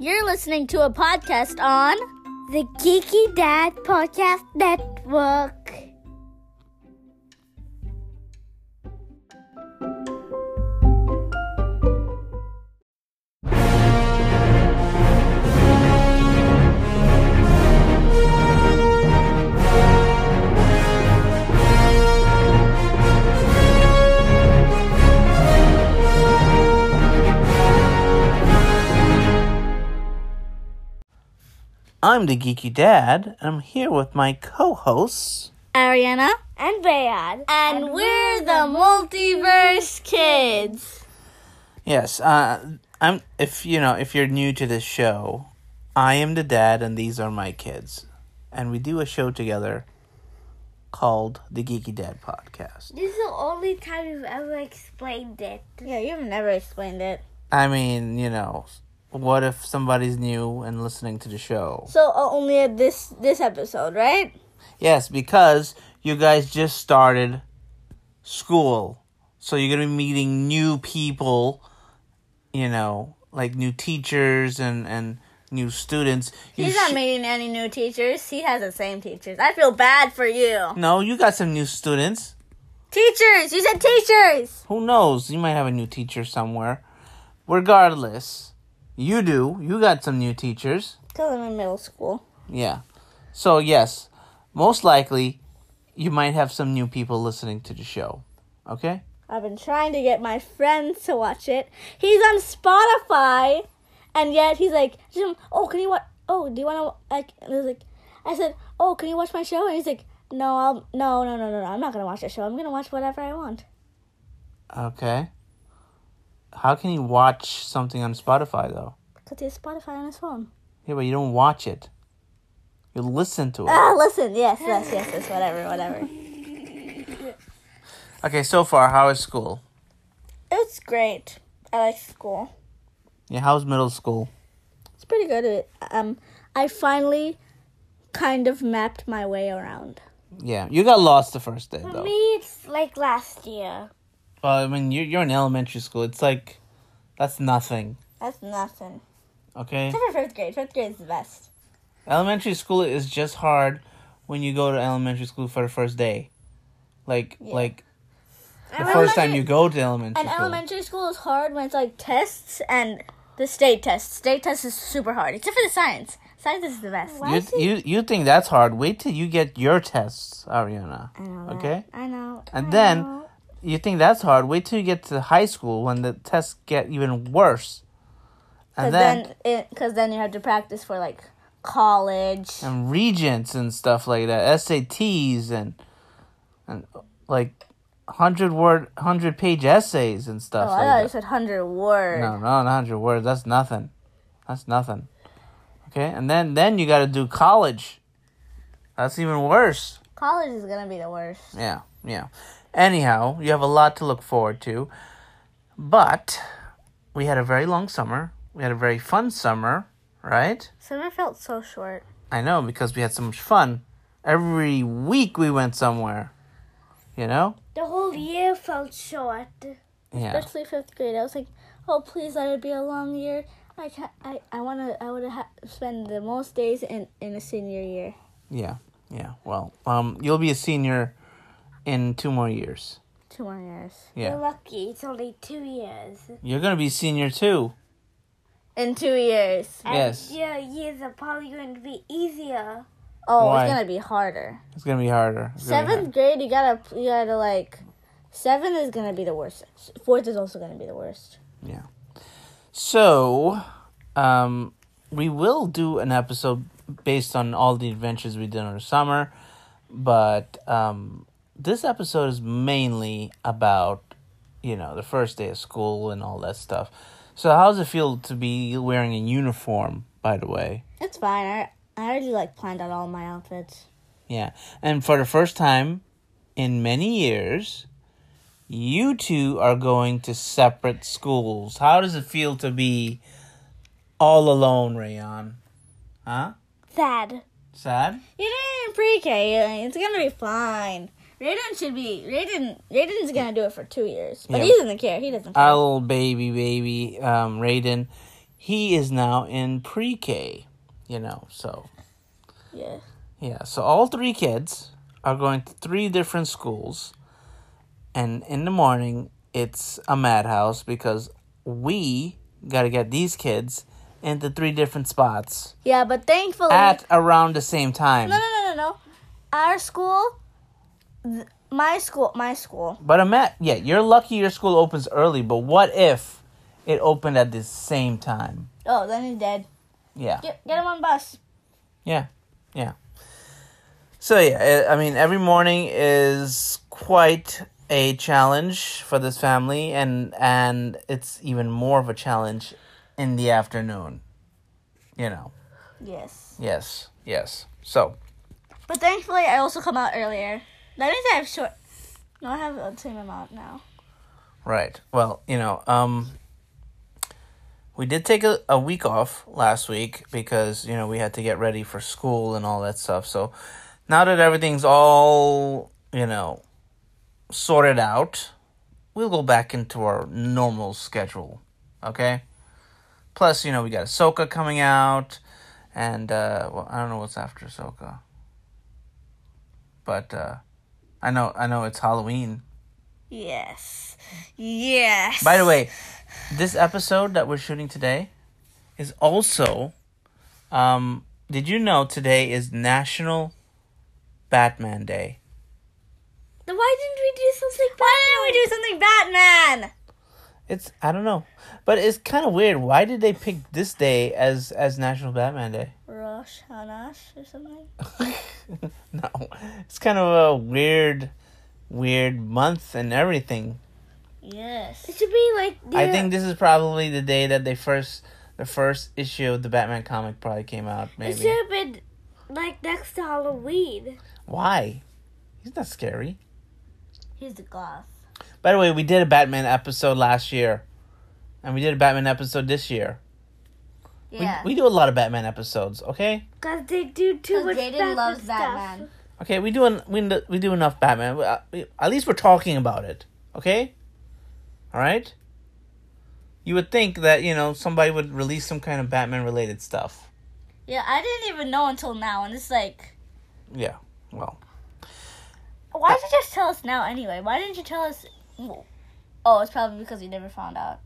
You're listening to a podcast on The Geeky Dad Podcast Network. I'm the Geeky Dad, and I'm here with my co hosts. Ariana, And Brad. and, we're the Multiverse Kids. Yes, uh, I'm. If you know, if you're new to this show, I am the dad, and these are my kids, and we do a show together called the Geeky Dad Podcast. This is the only time you've ever explained it. Yeah, you've never explained it. I mean, you know, what if somebody's new and listening to the show? So uh, only at this this episode, right? Yes, because you guys just started school. So you're going to be meeting new people, you know, like new teachers and and new students. You He's not sh- meeting any new teachers. He has the same teachers. I feel bad for you. no, you got some new students. Teachers, you said teachers. Who knows? You might have a new teacher somewhere. Regardless, you do. You got some new teachers. Cause I'm in middle school. Yeah. So, yes, most likely you might have some new people listening to the show. Okay? I've been trying to get my friends to watch it. He's on Spotify, and yet he's like, Jim, oh, can you watch? Oh, do you want to? Like, and he's like, I said, oh, can you watch my show? And he's like, no, I'll no, no, no, no, no. I'm not gonna watch the show. I'm gonna watch whatever I want. Okay. How can you watch something on Spotify though? Cause he has Spotify on his phone. Yeah, but you don't watch it. You listen to it. Ah, listen, yes, yes, yes, yes, whatever, whatever. Okay, so far, how is school? It's great. I like school. Yeah, how's middle school? It's pretty good. Um, I finally kind of mapped my way around. Yeah, you got lost the first day For though. me, it's like last year. Well, I mean, you're you're in elementary school. It's like that's nothing. That's nothing. Okay, Except for fifth grade. Fifth grade is the best. elementary school is just hard when you go to elementary school for the first day, like like the first time you go to elementary And school. elementary school is hard when it's like tests and the state test. State test is super hard, except for the science. Science is the best. you, you you think that's hard? Wait till you get your tests, Ariana. Okay. I know. And then you think that's hard. Wait till you get to high school when the tests get even worse. Because And then, then, it because then you have to practice for like college. and regents and stuff like that, SATs and and like hundred word, hundred page essays and Oh, I stuff thought you like that. said hundred word. No, no, not hundred words. That's nothing. That's nothing. Okay, and then then you got to do college. That's even worse. College is gonna be the worst. Yeah, yeah. Anyhow, you have a lot to look forward to. But we had a very long summer. We had a very fun summer, right? Summer felt so short. I know because we had so much fun. Every week we went somewhere. You know? The whole year felt short. Yeah. Especially fifth grade, I was like, oh please, let it be a long year. I can I I wanna I would ha- spend the most days in in a senior year. Yeah. Yeah. Well, um you'll be a senior in 2 more years. Two more years. You're Yeah. lucky, it's only two years. You're going to be senior too. In two years. And Yes. Your years are probably going to be easier. Oh, Why? it's gonna be harder. It's going to be harder. It's gonna be Seventh grade, you gotta, you gotta like. Seventh is gonna be the worst. Fourth is also gonna be the worst. So, um, we will do an episode based on all the adventures we did over the summer, but um, this episode is mainly about, you know, the first day of school and all that stuff. So, how does it feel to be wearing a uniform, by the way? It's fine. I, I already like planned out all my outfits. Yeah. And for the first time in many years, you two are going to separate schools. How does it feel to be all alone, Rayon? Huh? Sad. Sad? You didn't pre-K. It's gonna be fine. Raiden should be. Raiden. Raiden's gonna do it for two years, but Yeah. Uh, he doesn't care. He doesn't care. Our little baby, baby, um, Raiden. he is now in pre K, you know, so. Yeah. Yeah, so all three kids are going to three different schools. And in the morning, it's a madhouse because we got to get these kids into three different spots Yeah, but thankfully. at around the same time. no, no, no, no, no. Our school, th- my school, my school. But I'm at, yeah, you're lucky your school opens early, but what if it opened at the same time? Oh, then he's dead. Yeah. Get, get him on bus. Yeah, yeah. So yeah, I I mean, every morning is quite a challenge for this family, and and it's even more of a challenge in the afternoon. You know. Yes. Yes. Yes. So But thankfully, I also come out earlier. That means I have short. No, I have the same amount now. right. Well, you know, um, we did take a, a week off last week because you know we had to get ready for school and all that stuff. So now that everything's all you know sorted out, we'll go back into our normal schedule. Okay. Plus, you know, we got Ahsoka coming out, and uh, well, I don't know what's after Ahsoka, but uh, I know I know it's Halloween. Yes. Yes. By the way, this episode that we're shooting today is also. Um, did you know today is National Batman Day? Then why didn't we do something? Why didn't we do something Batman? It's I don't know, but it's kind of weird. Why did they pick this day as as National Batman Day? Rosh Hanash or something. no, it's kind of a weird, weird month and everything. Yes. It should be like the, I think this is probably the day that they first the first issue of the Batman comic probably came out. it Maybe should have been like next to Halloween. why? He's not scary. He's the goth. By the way, we did a Batman episode last year, and we did a Batman episode this year. Yeah. We, we do a lot of Batman episodes. Okay, Cause they do too much Batman stuff. okay, we do en- we n- we do enough Batman. We, uh, we, at least we're talking about it. Okay, all right. You would think that you know somebody would release some kind of Batman related stuff. Yeah, I didn't even know until now, and it's like, Yeah. Well, Uh, why did you just tell us now anyway? Why didn't you tell us? Oh, it's probably because we never found out.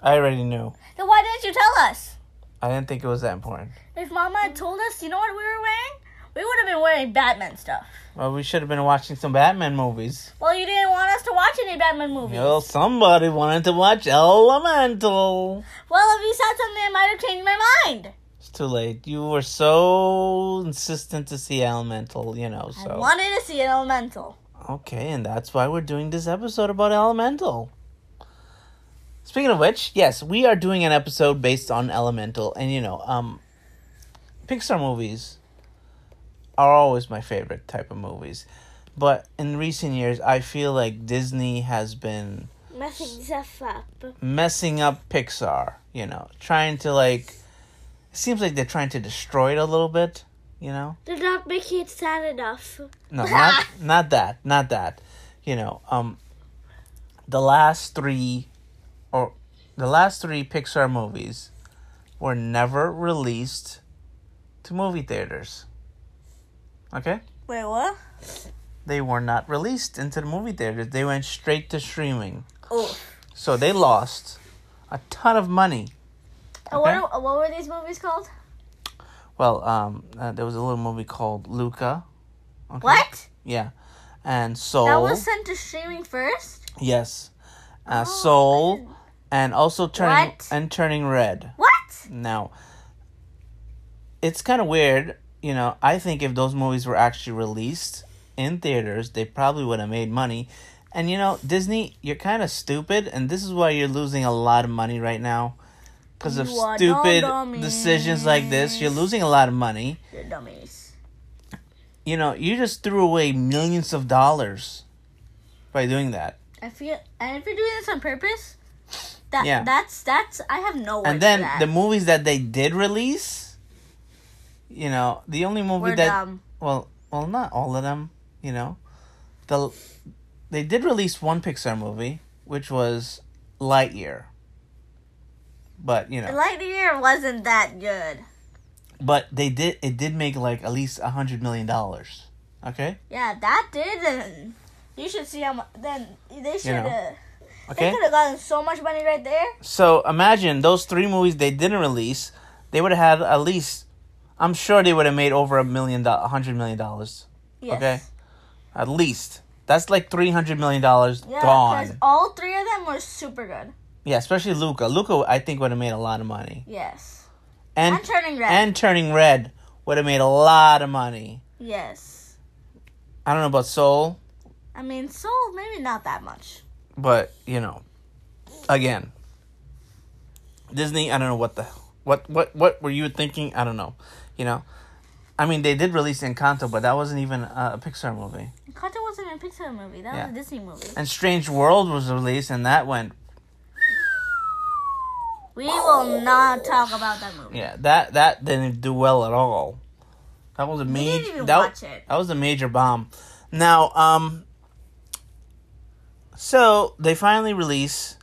I already knew. Then why didn't you tell us? I didn't think it was that important. If Mama had told us, you know what we were wearing? We would have been wearing Batman stuff. Well, we should have been watching some Batman movies. Well, you didn't want us to watch any Batman movies. Well, somebody wanted to watch Elemental. Well, if you said something, it might have changed my mind. It's too late. You were so insistent to see Elemental, you know, so. I wanted to see an Elemental. okay, and that's why we're doing this episode about Elemental. Speaking of which, yes, we are doing an episode based on Elemental, and you know, um, Pixar movies are always my favorite type of movies. But in recent years, I feel like Disney has been Messing stuff up. messing up Pixar, you know, trying to like. It seems like they're trying to destroy it a little bit, you know? They're not making it sad enough. No, not not that, not that. You know, um, the last three, or the last three Pixar movies, were never released to movie theaters. Okay, Wait, what? they were not released into the movie theaters. They went straight to streaming. Oh. So they lost a ton of money. And Uh, What, are- what were these movies called? Well, um, uh, there was a little movie called Luca. Okay? What? Yeah, and Soul. That was sent to streaming first? Yes, uh, Soul, and also turning Oh, What? and turning red. What? Now, it's kind of weird, you know. I think if those movies were actually released in theaters, they probably would have made money. And you know, Disney, you're kind of stupid, and this is why you're losing a lot of money right now because of You are stupid dummies. decisions like this. You're losing a lot of money. You're dummies. You know, you just threw away millions of dollars by doing that. I feel, and if you're doing this on purpose, that Yeah. that's that's I have no. and words then for that. the movies that they did release, you know, the only movie We're that dumb. well, well, not all of them, you know, the they did release one Pixar movie, which was Lightyear. But you know, Lightning Year wasn't that good. but they did. It did make like at least a hundred million dollars. Okay. Yeah, that didn't. You should see how much. Then they should. know. uh, They Okay. could have gotten so much money right there. So imagine those three movies they didn't release. They would have had at least. I'm sure they would have made over a million, do- a hundred million dollars. Yes. Okay. At least that's like three hundred million dollars Yeah, because gone. all three of them were super good. Yeah, especially Luca. Luca, I think would have made a lot of money. Yes. And And Turning Red. and turning red would have made a lot of money. Yes. I don't know about Soul, I mean, Soul, maybe not that much. but you know, again, Disney. I don't know what the what what what were you thinking? I don't know. You know, I mean, they did release Encanto, but that wasn't even a, a Pixar movie. Encanto wasn't a Pixar movie. That Yeah. was a Disney movie. And Strange World was released, and that went We will not talk about that movie. yeah that that didn't do well at all. That was a major. didn't even that, watch it. That was a major bomb. Now, um, so they finally release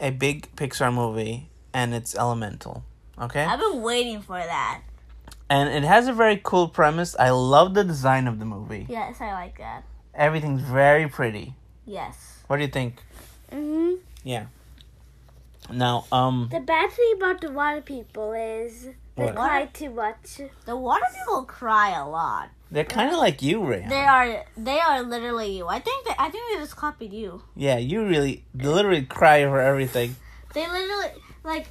a big Pixar movie, and it's Elemental. Okay, I've been waiting for that. and it has a very cool premise. I love the design of the movie. Yes, I like that. Everything's very pretty. Yes. What do you think? hmm Yeah. Now, um, The bad thing about the water people is they What? cry too much. The water people cry a lot. they're kind of like you, They Ray. are they are literally you. I think that I think they just copied you. Yeah, you really literally cry over everything. They literally like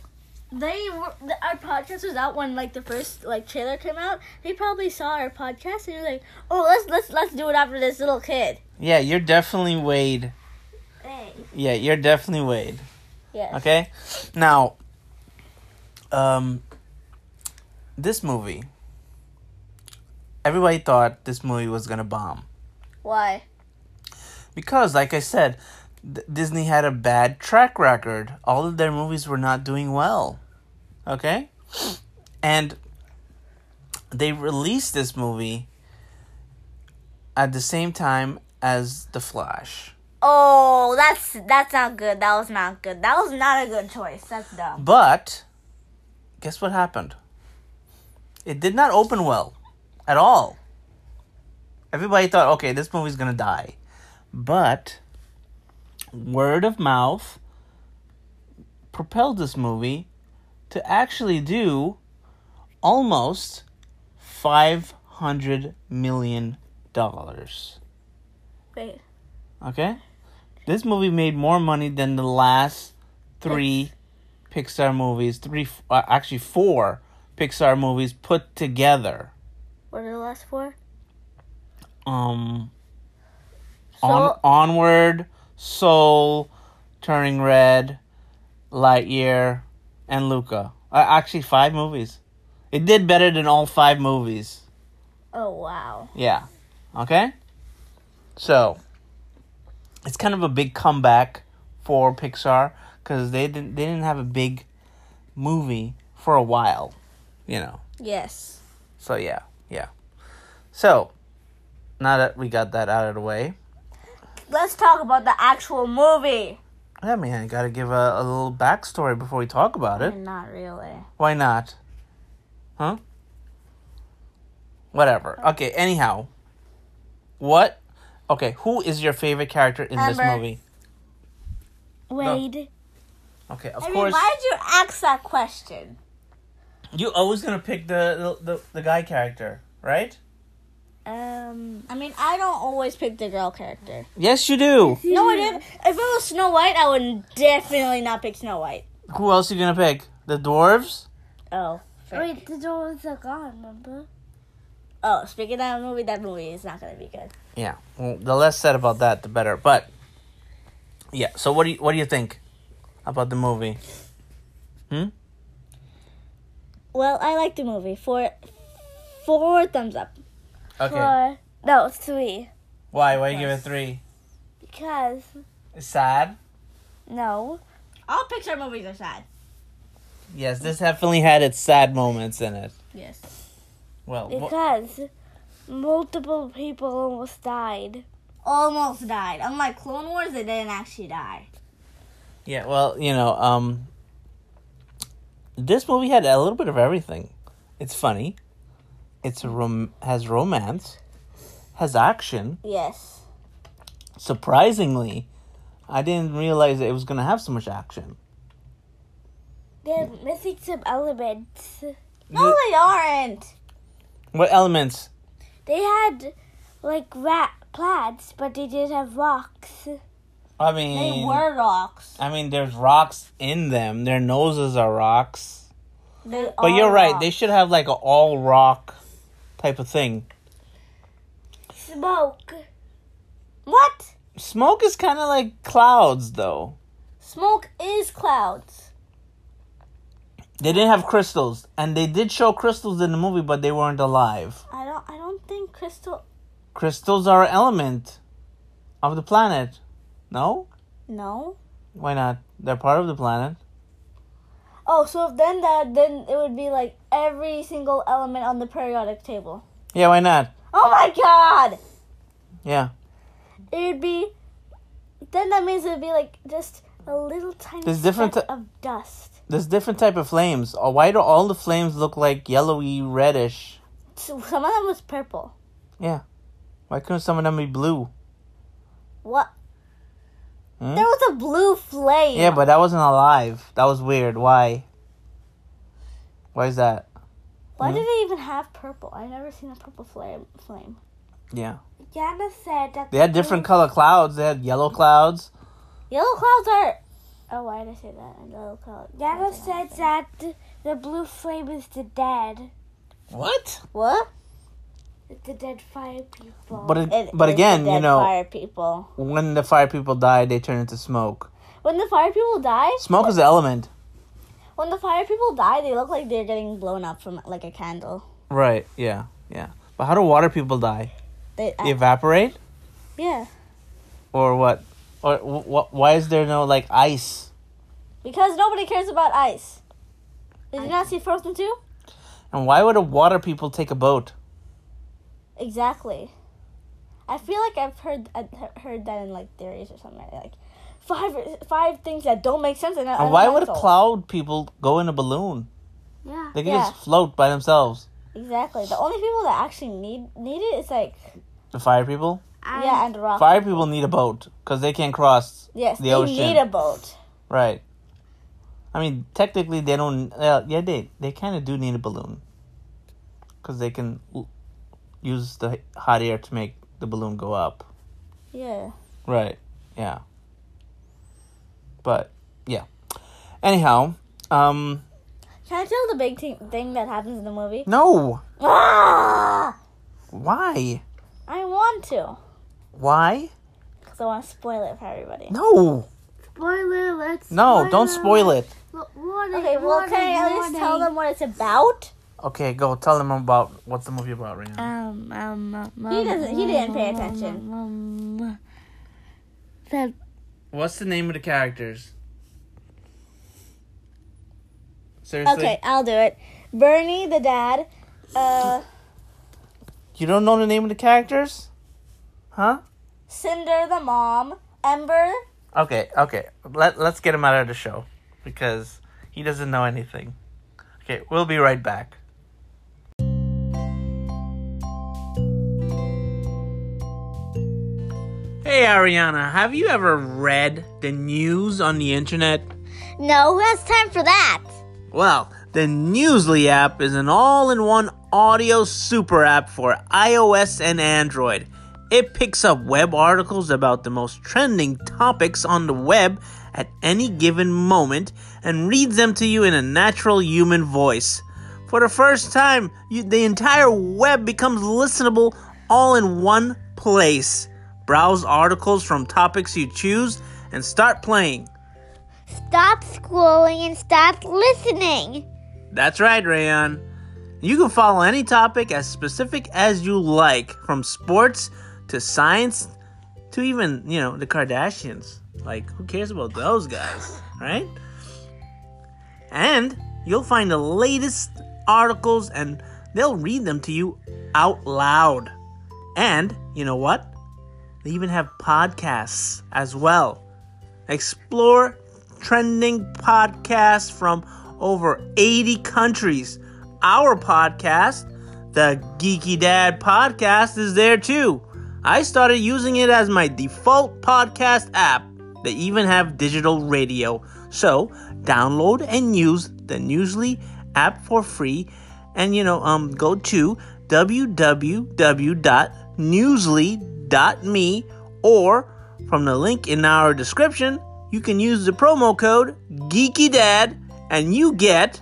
they were the, our podcast was out when like the first like trailer came out. They probably saw our podcast and they were like, "Oh, let's let's let's do it after this little kid." Yeah, you're definitely Wade. Hey. Yeah, you're definitely Wade. Yes. Okay? Now, um, this movie, everybody thought this movie was going to bomb. Why? Because, like I said, D- Disney had a bad track record. All of their movies were not doing well. Okay? And they released this movie at the same time as The Flash. Oh, that's that's not good. That was not good. That was not a good choice. That's dumb. But guess what happened? It did not open well at all. Everybody thought, okay, this movie's gonna die. But word of mouth propelled this movie to actually do almost $500 million. Wait. Okay? This movie made more money than the last three Pixar movies, three, uh, actually four Pixar movies put together. What are the last four? Um, on, Onward, Soul, Turning Red, Lightyear, and Luca. Uh, actually, five movies. It did better than all five movies. Oh wow. Yeah. Okay? So, it's kind of a big comeback for Pixar cuz they didn't they didn't have a big movie for a while, you know. Yes. So yeah, yeah. So, now that we got that out of the way, Let's talk about the actual movie. I mean, I got to give a, a little backstory before we talk about it. Not really. Why not? Huh? Whatever. Okay, anyhow. What? Okay, who is your favorite character in this Amber. movie? Wade. Okay, of I mean, course. why did you ask that question? You always gonna pick the, the, the, the guy character, right? Um, I mean, I don't always pick the girl character. Yes, you do. No, I did. If it was Snow White, I would definitely not pick Snow White. Who else you gonna pick? The dwarves? Oh, frick. Wait, the doors are gone, remember? oh. Speaking of that movie, that movie is not gonna be good. Yeah. Well, the less said about that, the better. But yeah. So what do you what do you think about the movie? Well, I like the movie. Four, four thumbs up. Okay. Four. No, three. Why? Why you give it three? Because, It's sad. no. All Pixar movies are sad. Yes, this definitely had its sad moments in it. Yes. Well, wha- Because multiple people almost died. Almost died. Unlike Clone Wars, they didn't actually die. yeah, well, you know, um, this movie had a little bit of everything. It's funny. It's rom- has romance, has action. Yes. Surprisingly, I didn't realize that it was gonna have so much action. They're missing some elements. No, they aren't. What elements? They had like rat plants, but they did have rocks. I mean, They were rocks. I mean, there's rocks in them. Their noses are rocks. They But you're right. They should have like a all rock type of thing. Smoke. what? Smoke is kind of like clouds, though. Smoke is clouds. They didn't have crystals, and they did show crystals in the movie, but they weren't alive. I don't. I don't think crystal. Crystals are an element of the planet. No, No. why not? They're part of the planet. Oh, so if then that then it would be like every single element on the periodic table. Yeah, why not? Oh my god! Yeah, It would be. Then that means it would be like just a little tiny There's different speck t- of dust. there's different type of flames. Oh, Why do all the flames look like yellowy reddish? So some of them was purple. Why couldn't some of them be blue? What? Hmm? There was a blue flame. Yeah, but that wasn't alive. That was weird. Why? Why is that? Why Hmm? did they even have purple? I've never seen a purple flame. Flame. Yeah, Yana said that they had different color clouds. They had yellow clouds. Yellow clouds are. Oh, why did I say that? And Yellow clouds. Yana said that the blue flame is the dead, What? What? the dead fire people. But it, It but is again, the you dead know, fire people. when the fire people die, they turn into smoke. When the fire people die, Smoke is an element. when the fire people die, they look like they're getting blown up from like a candle. Right. Yeah. Yeah. But how do water people die? They, They evaporate yeah, or what? Or wh- wh- why is there no like ice? because nobody cares about ice. Did you not see Frozen two? And why would a water people take a boat? Exactly. I feel like I've heard I've he- heard that in like theories or something like five five things that don't make sense. And, And why would a cloud people go in a balloon? Yeah. They can Yeah. just float by themselves. Exactly. The only people that actually need need it is like The fire people. yeah and rock. Fire people need a boat because they can't cross. yes, the they ocean. need a boat. Right. I mean, technically, they don't. Uh, yeah, they they kind of do need a balloon because they can l- use the hot air to make the balloon go up. Yeah. Right. Yeah. But yeah. Anyhow, um, Can I tell the big thing thing that happens in the movie? no. Ah! Why? I want to, Why? because I want to spoil it for everybody. No. Spoiler, let's. No. Don't spoil it. Okay, well, can I at least tell them what it's about? Okay, go tell them about what's the movie about right now. Um, um, um, He doesn't. He didn't pay attention. um, the What's the name of the characters? Seriously. Okay, I'll do it. Bernie, the dad. Uh, You don't know the name of the characters? Huh? Cinder, the mom. Ember. Okay, okay. Let let's get him out of the show because he doesn't know anything. Okay, we'll be right back. Hey Ariana, have you ever read the news on the internet? No, who has time for that? Well, the Newsly app is an all in one audio super app for iOS and Android. It picks up web articles about the most trending topics on the web at any given moment and reads them to you in a natural human voice. For the first time, you, the entire web becomes listenable all in one place. Browse articles from topics you choose and start playing. Stop scrolling and stop listening. That's right, Rayon. You can follow any topic as specific as you like, from sports to science to even, you know, the Kardashians. Like, who cares about those guys, right? And you'll find the latest articles and they'll read them to you out loud. And you know what? They even have podcasts as well. Explore trending podcasts from over 80 countries. Our podcast, the Geeky Dad Podcast, is there too. I started using it as my default podcast app. They even have digital radio. So download and use the Newsly app for free. And you know, um, go to www.newsly.me or from the link in our description, you can use the promo code GeekyDad and you get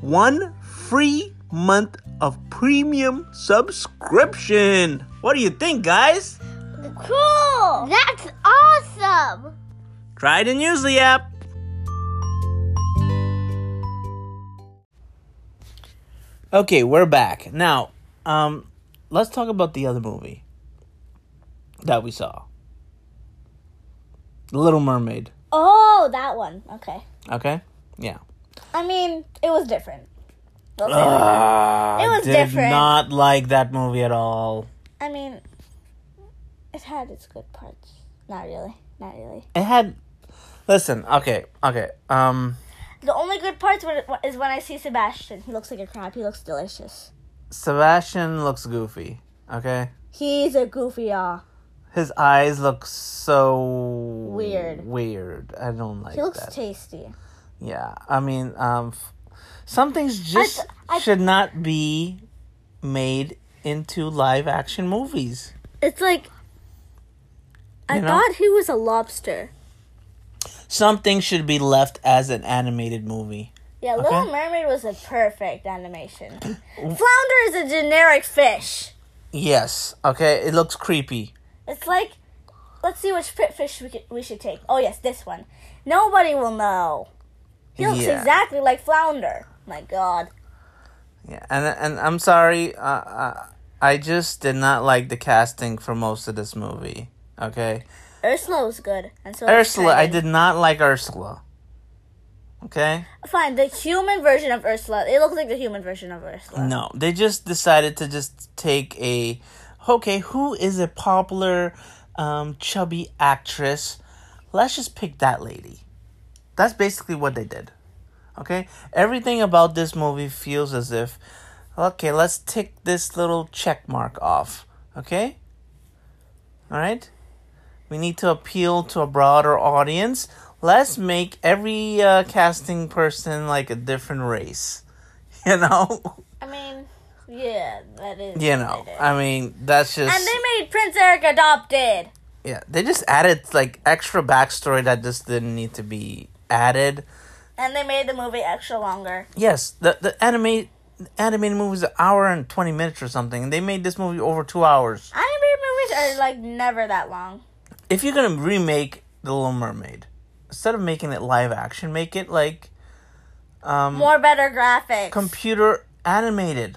one free month of premium subscription. What do you think, guys? Cool! That's awesome! Try the Newsly app. Okay, we're back. Now, um, let's talk about the other movie that we saw. The Little Mermaid. Oh, that one. Okay. Okay? Yeah. I mean, it was different. it was Ah, did different. not like that movie at all. I mean, it had its good parts. Not really. Not really. It had Listen, okay, okay. Um The only good parts were, is when I see Sebastian. He looks like a crab. He looks delicious. Sebastian looks goofy, okay? He's a goofy ah. His eyes look so Weird. Weird. I don't like He looks that. tasty. yeah. I mean, um f- some things just should not be made into live action movies. It's like I You know? thought he was a lobster. Some things should be left as an animated movie. Yeah, Little Okay. Mermaid was a perfect animation. Flounder is a generic fish. Yes. Okay, it looks creepy. It's like, let's see which fit fish we, could, we should take. Oh yes, this one. Nobody will know. He looks Yeah. exactly like Flounder. My God. Yeah, and and I'm sorry, uh, uh, I just did not like the casting for most of this movie. Okay, Ursula was good, and so Ursula, I did not like Ursula. Okay, Fine, the human version of Ursula. It looks like the human version of Ursula. no, they just decided to just take a okay, who is a popular, um, chubby actress? Let's just pick that lady. That's basically what they did. Okay, everything about this movie feels as if, okay, let's tick this little check mark off. Okay, all right, we need to appeal to a broader audience. Let's make every uh, casting person like a different race. You know, I mean, yeah, that is. you know. I mean, that's just And they made Prince Eric adopted. yeah. They just added like extra backstory that just didn't need to be added. And they made the movie extra longer. Yes, the the anime animated movie's an hour and twenty minutes or something, and they made this movie over two hours. Animated movies are uh, like never that long. If you're gonna remake The Little Mermaid, instead of making it live action, make it like um More better graphics. computer animated.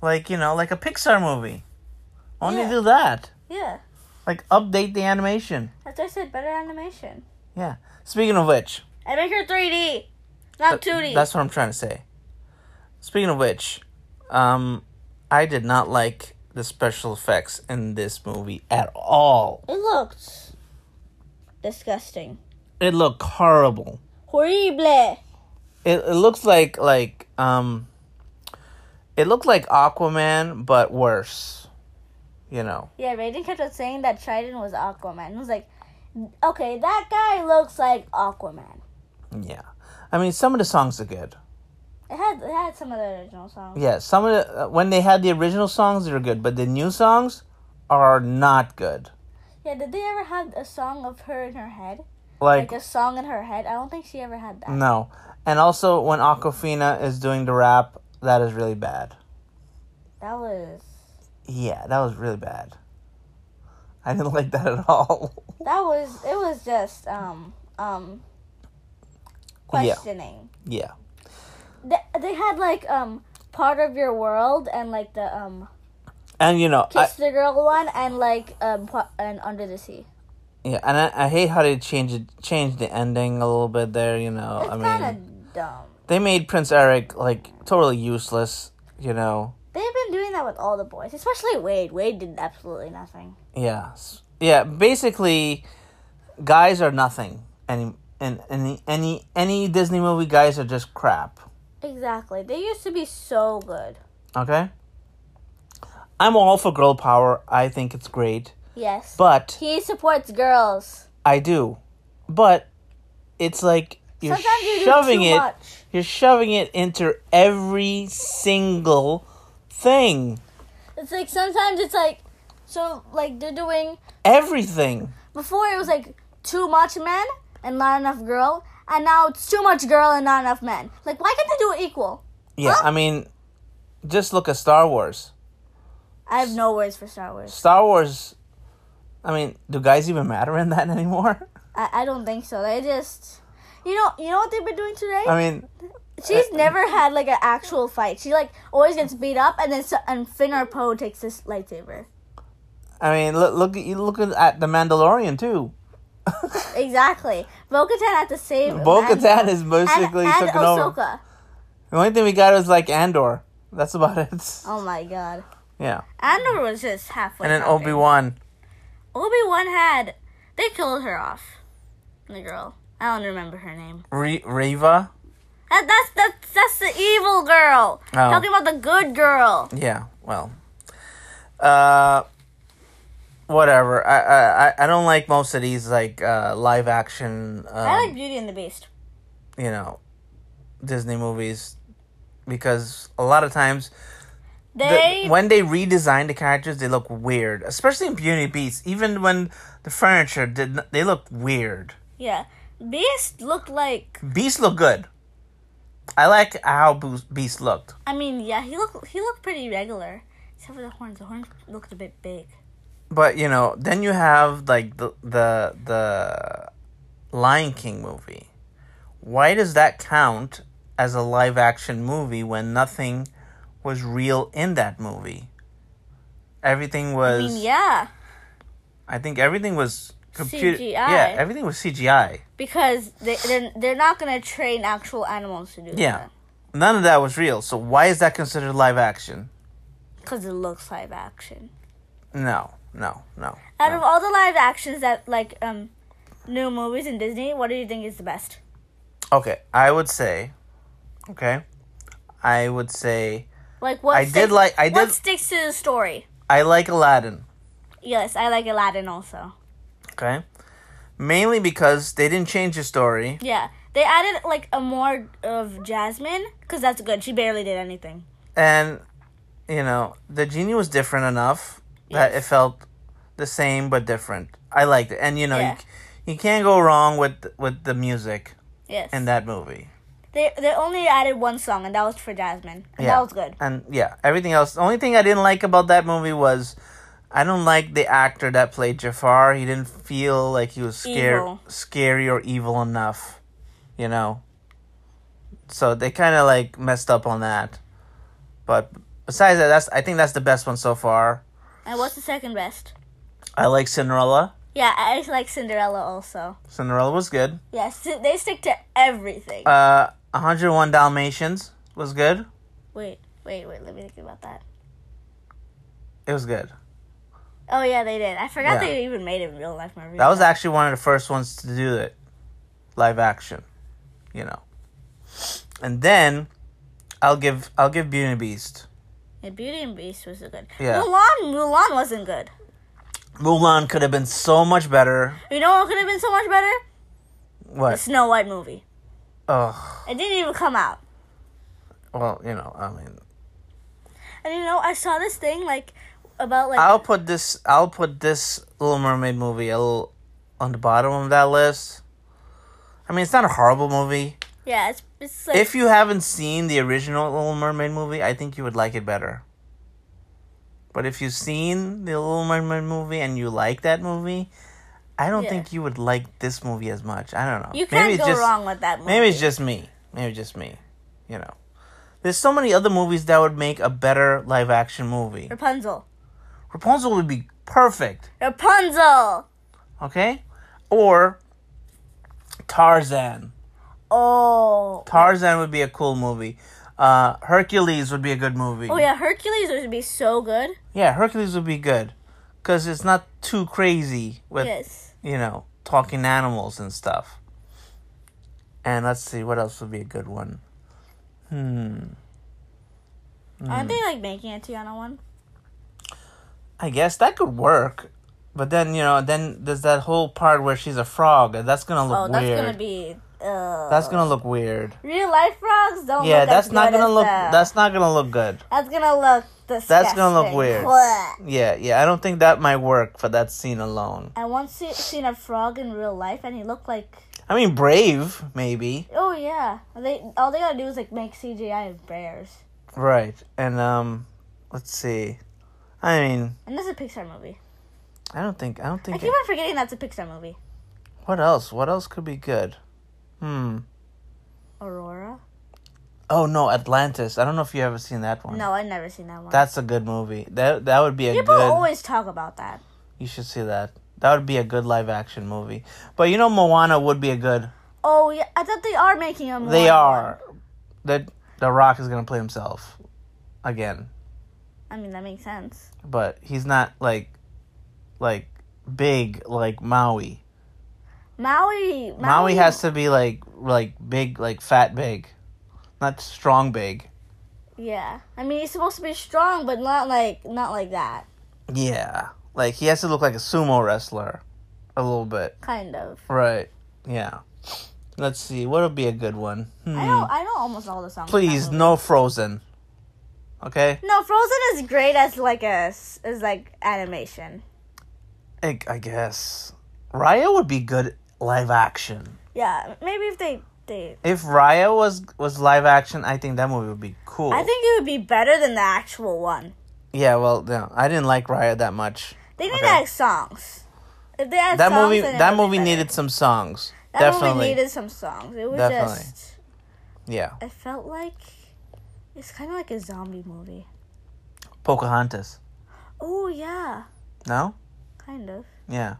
Like, you know, like a Pixar movie. Only Yeah. do that. yeah, Like update the animation. that's why I said better animation. Yeah. Speaking of which, And make her 3D, not Th- 2D. That's what I'm trying to say. Speaking of which, um, I did not like the special effects in this movie at all. it looked disgusting. It looked horrible. Horrible. It, it looks like like um, it looked like Aquaman but worse. You know, Yeah, Raiden kept on saying that Trident was Aquaman. I was like, okay, that guy looks like Aquaman. yeah. I mean, some of the songs are good. It had it had some of the original songs. Yeah, some of the, uh, when they had the original songs, they were good, but the new songs are not good. Yeah, did they ever have a song of her in her head? Like Like a song in her head? I don't think she ever had that. No. And also, when Aquafina is doing the rap, that is really bad. That was Yeah, that was really bad. I didn't like that at all. that was it was just um um Yeah. questioning. yeah. They, they had like um part of your world and like the um And you know, I, kiss the girl one and like um Pa- and under the sea. yeah, and I, I hate how they changed it, changed the ending a little bit there. You know, I It's mean, kind of dumb. they made Prince Eric like totally useless. You know, They've been doing that with all the boys, especially Wade. Wade did absolutely nothing. yeah, S- yeah. Basically, guys are nothing any and any any any Disney movie guys are just crap. Exactly. They used to be so good. Okay. I'm all for girl power. I think it's great, Yes. but he supports girls. I do. But it's like you're Sometimes you do shoving too it. much. You're shoving it into every single thing. It's like sometimes it's like so like they're doing Everything. before it was like too much men and not enough girl, and now it's too much girl and not enough men. Like why can't they do it equal? Yeah, I mean, just look at Star Wars. I have no words for Star Wars. Star Wars. I mean, do guys even matter in that anymore? I, I don't think so. They just you know you know what they've been doing today? I mean, She's never had like an actual fight. She like always gets beat up, and then so, and Finn or Poe takes this lightsaber. I mean, look look you look at the Mandalorian too. Exactly. Bo-Katan had to save. Bo-Katan Mando. is basically and, and taken over. Ahsoka. The only thing we got was like Andor. That's about it. Oh my god. Yeah, Andor was just halfway. and then Obi Wan. Obi Wan had they killed her off. The girl. I don't remember her name. Re- Reva. That, that's that's that's the evil girl. Oh. Talking about the good girl. Yeah. Well. Uh. Whatever. I I I- I don't like most of these like uh, live action. Um, I like Beauty and the Beast. you know, Disney movies because a lot of times the- They when they redesign the characters, they look weird. Especially in Beauty and the Beast, even when the furniture did, not, they look weird. yeah. Beast looked like Beast looked good. I like how Boos- Beast looked. I mean yeah he looked he looked pretty regular except for the horns. The horns looked a bit big. But you know, then you have like the the the Lion King movie. Why does that count as a live action movie when nothing was real in that movie? Everything was I mean yeah I think everything was computer CGI. Yeah, everything was CGI. because they they're, they're not gonna train actual animals to do Yeah. None of that was real. So why is that considered live action? because it looks live action. No. No. No. Out no. of all the live actions that like um new movies in Disney, what do you think is the best? Okay, I would say okay. I would say Like what? I stick- did like- I what did- sticks to the story. I like Aladdin. Yes, I like Aladdin also. Okay. Mainly because they didn't change the story. Yeah, they added like a more of Jasmine because that's good. She barely did anything. And, you know, the genie was different enough that it felt the same but different. I liked it. And, you know, Yeah. you, c- you can't go wrong with, with the music Yes, in that movie. they they only added one song and that was for Jasmine. And Yeah. That was good. And, yeah, everything else. The only thing I didn't like about that movie was I don't like the actor that played Jafar. He didn't feel like he was scared, Evil. scary or evil enough, you know? So they kind of like messed up on that. But besides that, that's I think that's the best one so far. And what's the second best? I like Cinderella. Yeah, I like Cinderella also. Cinderella was good. Yes, they stick to everything. Uh, 101 Dalmatians was good. wait, wait, wait. Let me think about that. It was good. Oh yeah, they did. I forgot Yeah. they even made it in real life movie. That was actually one of the first ones to do it, live action, you know. And then, I'll give I'll give Beauty and the Beast. Yeah, Beauty and Beast was good. Yeah. Mulan, Mulan wasn't good. Mulan could have been so much better. You know what could have been so much better? The What? Snow White movie. Oh, It didn't even come out. well, you know, I mean, And you know, I saw this thing like about like I'll put this I'll put this Little Mermaid movie a little on the bottom of that list. I mean, it's not a horrible movie. yeah, it's it's like If you haven't seen the original Little Mermaid movie, I think you would like it better. But if you've seen the Little Mermaid movie and you like that movie, I don't Yeah. think you would like this movie as much. I don't know. you can't it's go just, wrong with that movie. Maybe it's just me. Maybe it's just me. You know. There's so many other movies that would make a better live action movie. Rapunzel. Rapunzel would be perfect, Rapunzel. okay? Or Tarzan. Oh. Tarzan would be a cool movie. Uh, Hercules would be a good movie. Oh yeah, Hercules would be so good. Yeah, Hercules would be good because it's not too crazy with Yes. you know talking animals and stuff. And let's see what else would be a good one. Hmm. mm. Aren't they like making a Tiana one? I guess that could work. But then, you know, then there's that whole part where she's a frog, and that's gonna Oh, look that's weird. gonna be. Uh, that's gonna look weird. real life frogs don't. yeah, look that's as not good gonna as look that. that's not gonna look good. That's gonna look disgusting. gonna look weird. Blech. Yeah, yeah, I don't think that might work for that scene alone. I once see, seen a frog in real life, and he looked like. I mean brave, maybe. Oh yeah, they all they gotta do is like make CGI of bears, Right. And um let's see. I mean and this is a Pixar movie. I don't think I don't I think keep on forgetting that's a Pixar movie. what else? What else could be good? Hmm. Aurora. Oh no, Atlantis. I don't know if you ever seen that one. No, I've never seen that one. That's a good movie. That that would be a People good always talk about that. You should see that. That would be a good live action movie. But you know, Moana would be a good. Oh yeah, I thought they are making a. Moana they one. are. The The Rock is gonna play himself, again. I mean that makes sense. But he's not like, like big like Maui. Maui. Maui, has to be like like big like fat big, not strong big. Yeah, I mean he's supposed to be strong, but not like not like that. Yeah, like he has to look like a sumo wrestler, a little bit. Kind of. Right. Yeah. Let's see. What would be a good one? Hmm. I know. I know almost all the songs. in that Please, movie. no Frozen. Okay. No, Frozen is great as like a s- as like animation. I, I guess Raya would be good live action. Yeah, maybe if they they. If Raya was was live action, I think that movie would be cool. I think it would be better than the actual one. yeah, well, no, I didn't like Raya that much. They need Okay. to add songs. If they add That songs, movie then it that would be movie better. needed some songs. that Definitely. movie needed some songs. It was Definitely. just yeah. I felt like it's kind of like a zombie movie. Pocahontas. Oh yeah, No? kind of. Yeah.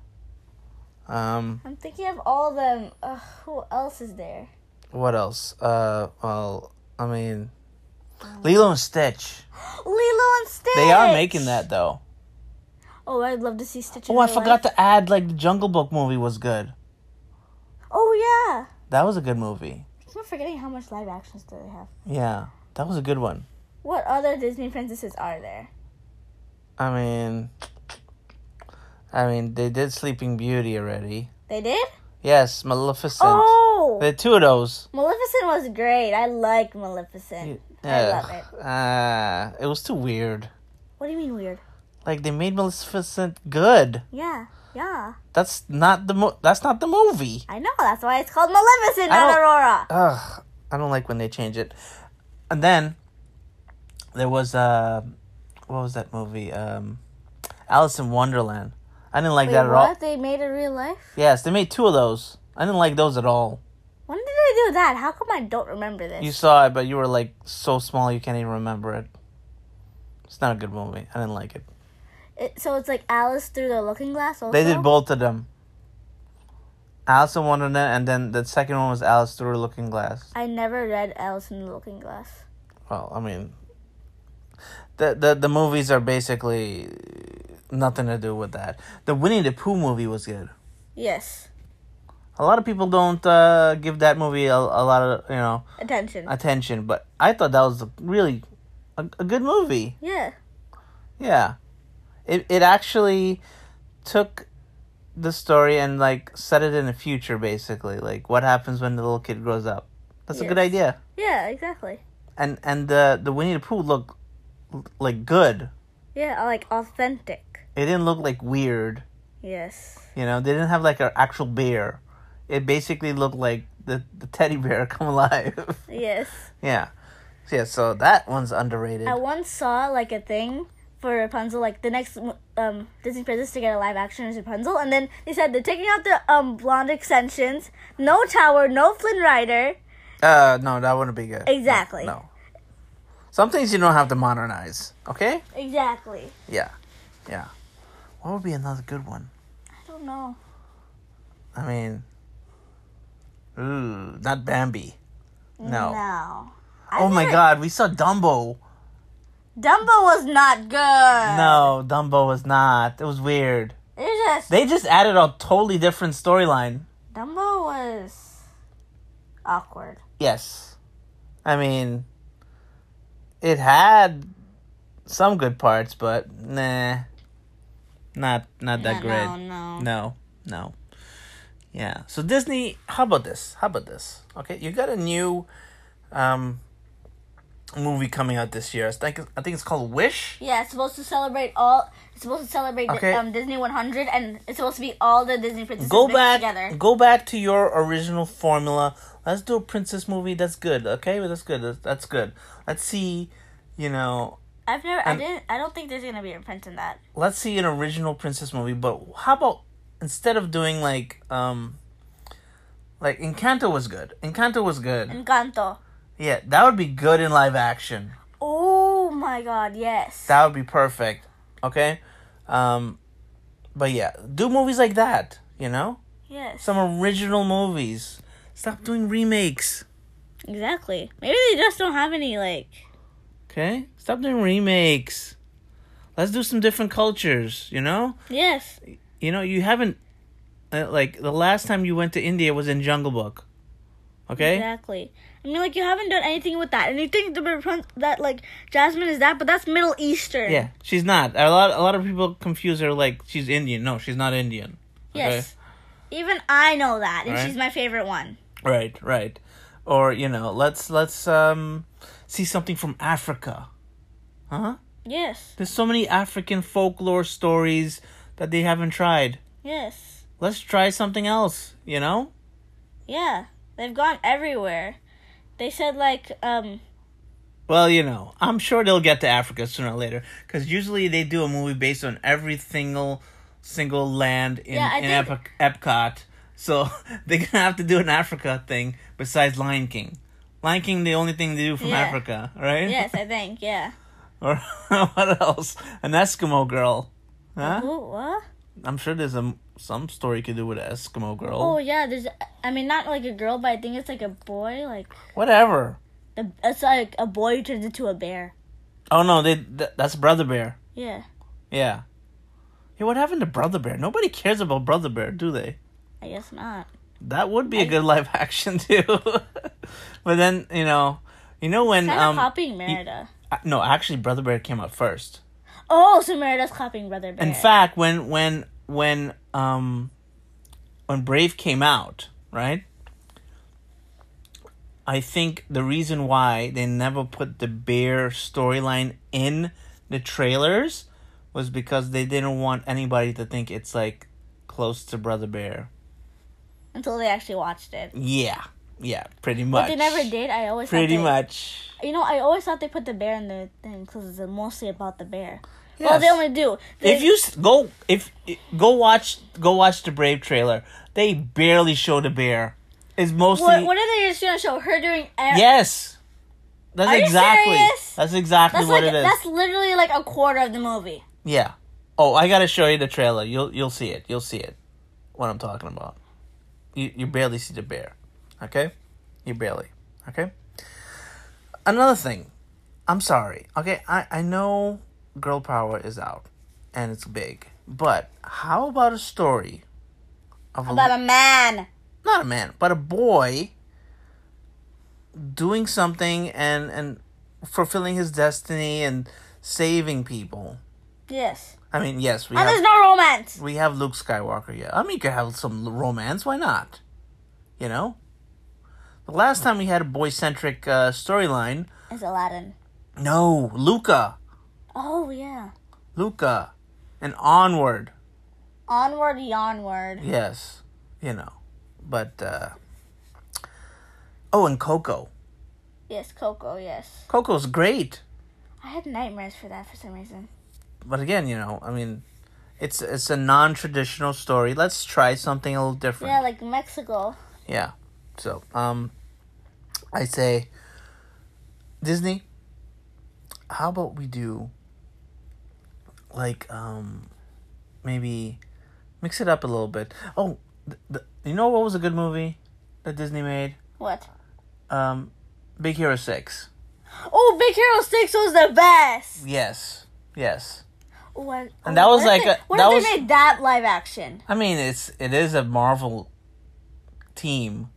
Um I'm thinking of all of them. Ugh, who else is there? what else? Uh well, I mean Lilo and Stitch. Lilo and Um, Stitch. They are making that though. Oh, I'd love to see Stitch. in Oh, I real life. forgot to add like the Jungle Book movie was good. Oh yeah. That was a good movie. I'm forgetting how much live actions do they have. Yeah. That was a good one. What other Disney princesses are there? I mean, I mean, they did Sleeping Beauty already. They did? Yes, Maleficent. Oh, There are two of those. Maleficent was great. I liked Maleficent. I love Ugh. Ah, it was too weird. What do you mean weird? Like they made Maleficent good. Yeah, yeah. That's not the mo- that's not the movie. I know. That's why it's called Maleficent, I not don't- Aurora. Ugh, I don't like when they change it. And then there was uh, what was that movie? Um, Alice in Wonderland. I didn't like Wait, that at all. what? They made it real life? Yes, they made two of those. I didn't like those at all. When did they do that? How come I don't remember this? You saw it, but you were like so small you can't even remember it. It's not a good movie. I didn't like it. It, so it's like Alice through the Looking Glass. Also, They did both of them. Alice in Wonderland, and then the second one was Alice Through the Looking Glass. I never read Alice in the Looking Glass. Well, I mean, the the the movies are basically nothing to do with that. The Winnie the Pooh movie was good. Yes. A lot of people don't uh, give that movie a, a lot of you know Attention. attention, but I thought that was a really a, a good movie. yeah. Yeah. It it actually took the story and like set it in the future basically. Like what happens when the little kid grows up. That's a good Yes. idea. Yeah. Exactly. And and the the Winnie the Pooh looked like good. Yeah. uh, Like authentic. It didn't look like weird. Yes. You know, they didn't have like an actual bear. It basically looked like the, the teddy bear come alive. Yes. yeah. So, yeah, so that one's underrated. I once saw like a thing for Rapunzel, like the next um, Disney princess to get a live action is Rapunzel, and then they said they're taking out the um, blonde extensions, no tower, no Flynn Rider. Uh no, that wouldn't be good. No, Exactly. no. Some things you don't have to modernize, okay? Exactly. Yeah, yeah. What would be another good one? I don't know. I mean, ooh, not Bambi. No. No. oh my God, we saw Dumbo. Dumbo was not good. No, Dumbo was not. It was weird. It just They just added a totally different storyline. Dumbo was awkward. Yes. I mean, it had some good parts, but nah. Not not that great. No, no. No, no. Yeah. So Disney, how about this? How about this? Okay, you got a new um movie coming out this year. I think I think it's called Wish. Yeah, it's supposed to celebrate all. It's supposed to celebrate Di- Okay. um, Disney 100, and it's supposed to be all the Disney princesses Go mixed back together. go back to your original formula. Let's do a princess movie. That's good. Okay? That's good. That's, that's good. Let's see, you know, I've never. and- I didn't. I don't think there's gonna be a prince in that. let's see an original princess movie but how about instead of doing like um like encanto was good encanto was good Encanto. yeah that would be good in live action Oh my God! Yes. that would be perfect okay um but yeah do movies like that you know yes. some original movies stop doing remakes Exactly. Maybe they just don't have any like. okay stop doing remakes let's do some different cultures you know Yes. you know you haven't uh, like the last time you went to india was in jungle book okay Exactly. I mean, like you haven't done anything with that, and you think the prin- that like Jasmine is that, but that's Middle Eastern. yeah she's not a lot a lot of people confuse her like she's indian no she's not indian okay? Yes. Even I know that, and Right. she's my favorite one. right right or you know let's let's um see something from africa huh Yes. there's so many african folklore stories that they haven't tried Yes. let's try something else you know Yeah. They've gone everywhere. They said like um Well, you know, I'm sure they'll get to Africa sooner or later because usually they do a movie based on every single single land in, Yeah, I in think- Ep- Epcot. So they're gonna have to do an Africa thing besides Lion King. Lion King, the only thing they do from Yeah. Africa, right? yes, I think yeah. Or what else? An Eskimo girl. Huh? Ooh, what? I'm sure there's a, some story you could do with an Eskimo girl. Oh yeah, there's I mean not like a girl, but I think it's like a boy. Like Whatever. the, it's like a boy who turns into a bear. Oh no, they th- that's Brother Bear. Yeah, Yeah. Hey, what happened to Brother Bear? Nobody cares about Brother Bear, do they? I guess not. That would be a good live action too. but then you know, you know when Kind um of copying Merida. uh, no, actually Brother Bear came out first. Oh, so Merida's copying Brother Bear. In fact, when when when um when Brave came out, right? I think the reason why they never put the bear storyline in the trailers was because they didn't want anybody to think it's like close to Brother Bear. until they actually watched it. Yeah. Yeah, pretty much. They never did. I always thought Pretty they- much. You know, I always thought they put the bear in the thing because it's mostly about the bear. Yes. Well, they only do. They, if you s- go if go watch go watch the Brave trailer, they barely show the bear. It's mostly what, what are they just gonna show her doing? Ev- yes. That's Are you exactly serious? that's exactly that's what like it is. that's literally like a quarter of the movie. Yeah. Oh, I gotta show you the trailer. You'll you'll see it. You'll see it. What I'm talking about. You you barely see the bear. Okay? You barely. Okay? Another thing. I'm sorry. Okay, I, I know girl power is out and it's big. But how about a story of a About a man. not a man, but a boy doing something and and fulfilling his destiny and saving people. Yes. I mean, yes, we And have there's no romance. we have Luke Skywalker Yeah, I mean, you could have some l- romance. Why not? You know? The last time we had a boy centric uh, storyline, It's Aladdin. no, Luca. Oh yeah. Luca. And onward. Onward, yonward. Yes. You know. But, uh. Oh, and Coco. Yes, Coco. Yes. Coco's great. I had nightmares for that for some reason. But again, you know, I mean, it's it's a non traditional story. Let's try something a little different. Yeah, like Mexico. Yeah. So, um, I say, Disney, how about we do, like, um, maybe mix it up a little bit. Oh, th- th- you know what was a good movie that Disney made? What? Um, Big Hero 6. Oh, Big Hero Six was the best. Yes. Yes. What? And that was what if like they- a- what that if was- they made that live action? I mean, it's, it is a Marvel team.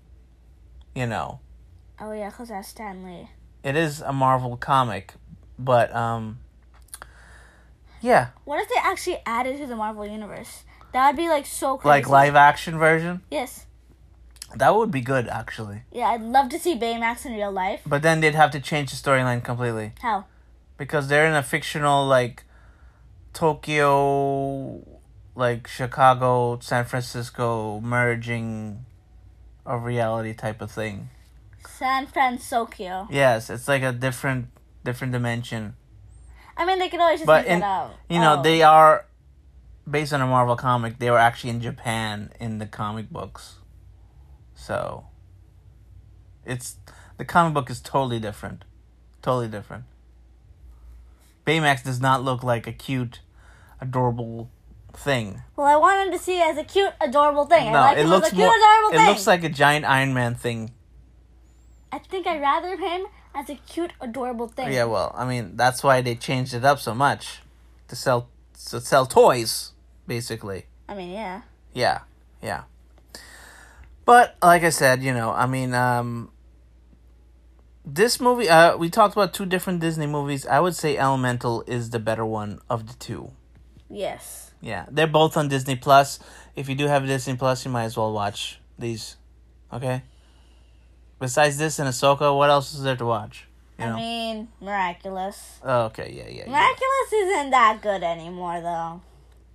you know. Oh yeah, cause that's Stanley. It is a Marvel comic, but um yeah, What if they actually added to the Marvel universe? That'd be like so crazy. like live action version. Yes. That would be good actually. Yeah, I'd love to see Baymax in real life. But then they'd have to change the storyline completely How? because they're in a fictional like Tokyo like Chicago, San Francisco merging of reality type of thing. San Francisco. Yes, it's like a different different dimension. I mean, they could always just But make in, that out. you know, Oh. they are based on a Marvel comic. They were actually in Japan in the comic books, so it's the comic book is totally different, totally different. Baymax does not look like a cute, adorable thing. Well, I wanted to see it as a cute, adorable thing. I no, like it him looks as a cute, more. adorable it thing. looks like a giant Iron Man thing. I think I'd rather him as a cute, adorable thing. Yeah, well, I mean, that's why they changed it up so much to sell to sell toys, basically. I mean, yeah. Yeah, yeah. But like I said, you know, I mean, um, this movie. Uh, we talked about two different Disney movies. I would say Elemental is the better one of the two. Yes. Yeah, they're both on Disney Plus. If you do have Disney Plus, you might as well watch these. Okay. Besides this and Ahsoka, what else is there to watch? You know. I mean, Miraculous. oh, okay. Yeah. Yeah. yeah. Miraculous isn't that good anymore, though.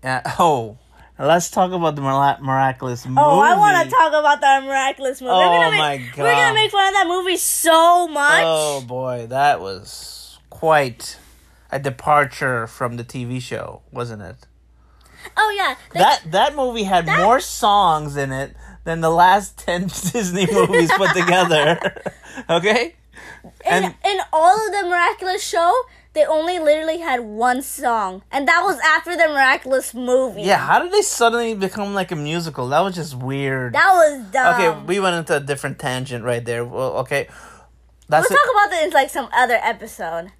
Uh, oh, let's talk about the Mira- miraculous movie. Oh, I want to talk about that Miraculous movie. Oh, we're gonna my make, We're God. gonna make fun of that movie so much. Oh boy, that was quite a departure from the TV show, wasn't it? Oh, yeah. They- That that movie had more songs in it than the last ten Disney movies put together. okay, in, and- in all of the Miraculous show, they only literally had one song, and that was after the Miraculous movie. yeah, how did they suddenly become like a musical? That was just weird. That was um, dumb. okay, we went into a different tangent right there. Well, okay, that's We'll it. talk about that in like some other episode.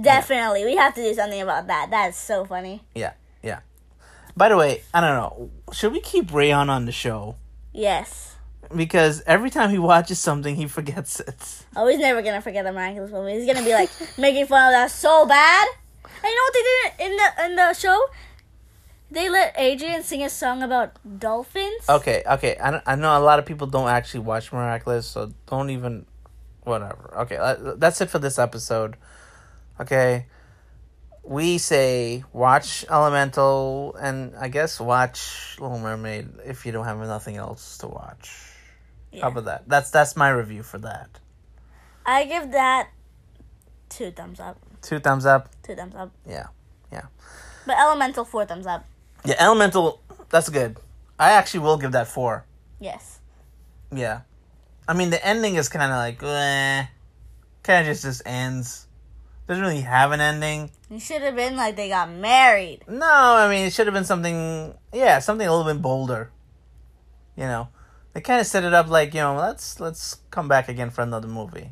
Definitely, we have to do something about that. That is so funny. yeah, yeah. By the way, I don't know. Should we keep Rayon on the show? Yes, Because every time he watches something, he forgets it. oh, he's never gonna forget the miraculous movie. He's gonna be like making fun of that so bad. And you know what they did in the in the show? They let Adrian sing a song about dolphins. Okay, okay. I, don't- I know a lot of people don't actually watch Miraculous, so don't even. Whatever. Okay, that- that's it for this episode. Okay. We say watch Elemental and I guess watch Little Mermaid if you don't have nothing else to watch. How about that? That's that's my review for that. I give that two thumbs up. Two thumbs up. Two thumbs up. Yeah. Yeah. But Elemental four thumbs up. Yeah, Elemental that's good. I actually will give that 4. Yes. Yeah. I mean, the ending is kind of like, kind of just, just ends. Doesn't really have an ending. It should have been like they got married. No, I mean, it should have been something, yeah, something a little bit bolder. You know, they kind of set it up like, you know, let's let's come back again for another movie.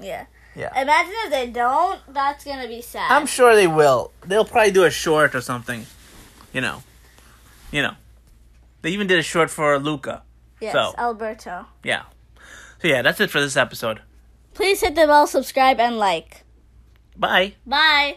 Yeah. Yeah. Imagine if they don't. That's gonna be sad. I'm sure they will. They'll probably do a short or something. You know, you know. They even did a short for Luca. Yes, So- Alberto. Yeah. So yeah, that's it for this episode. Please hit the bell, subscribe, and like. Bye. Bye.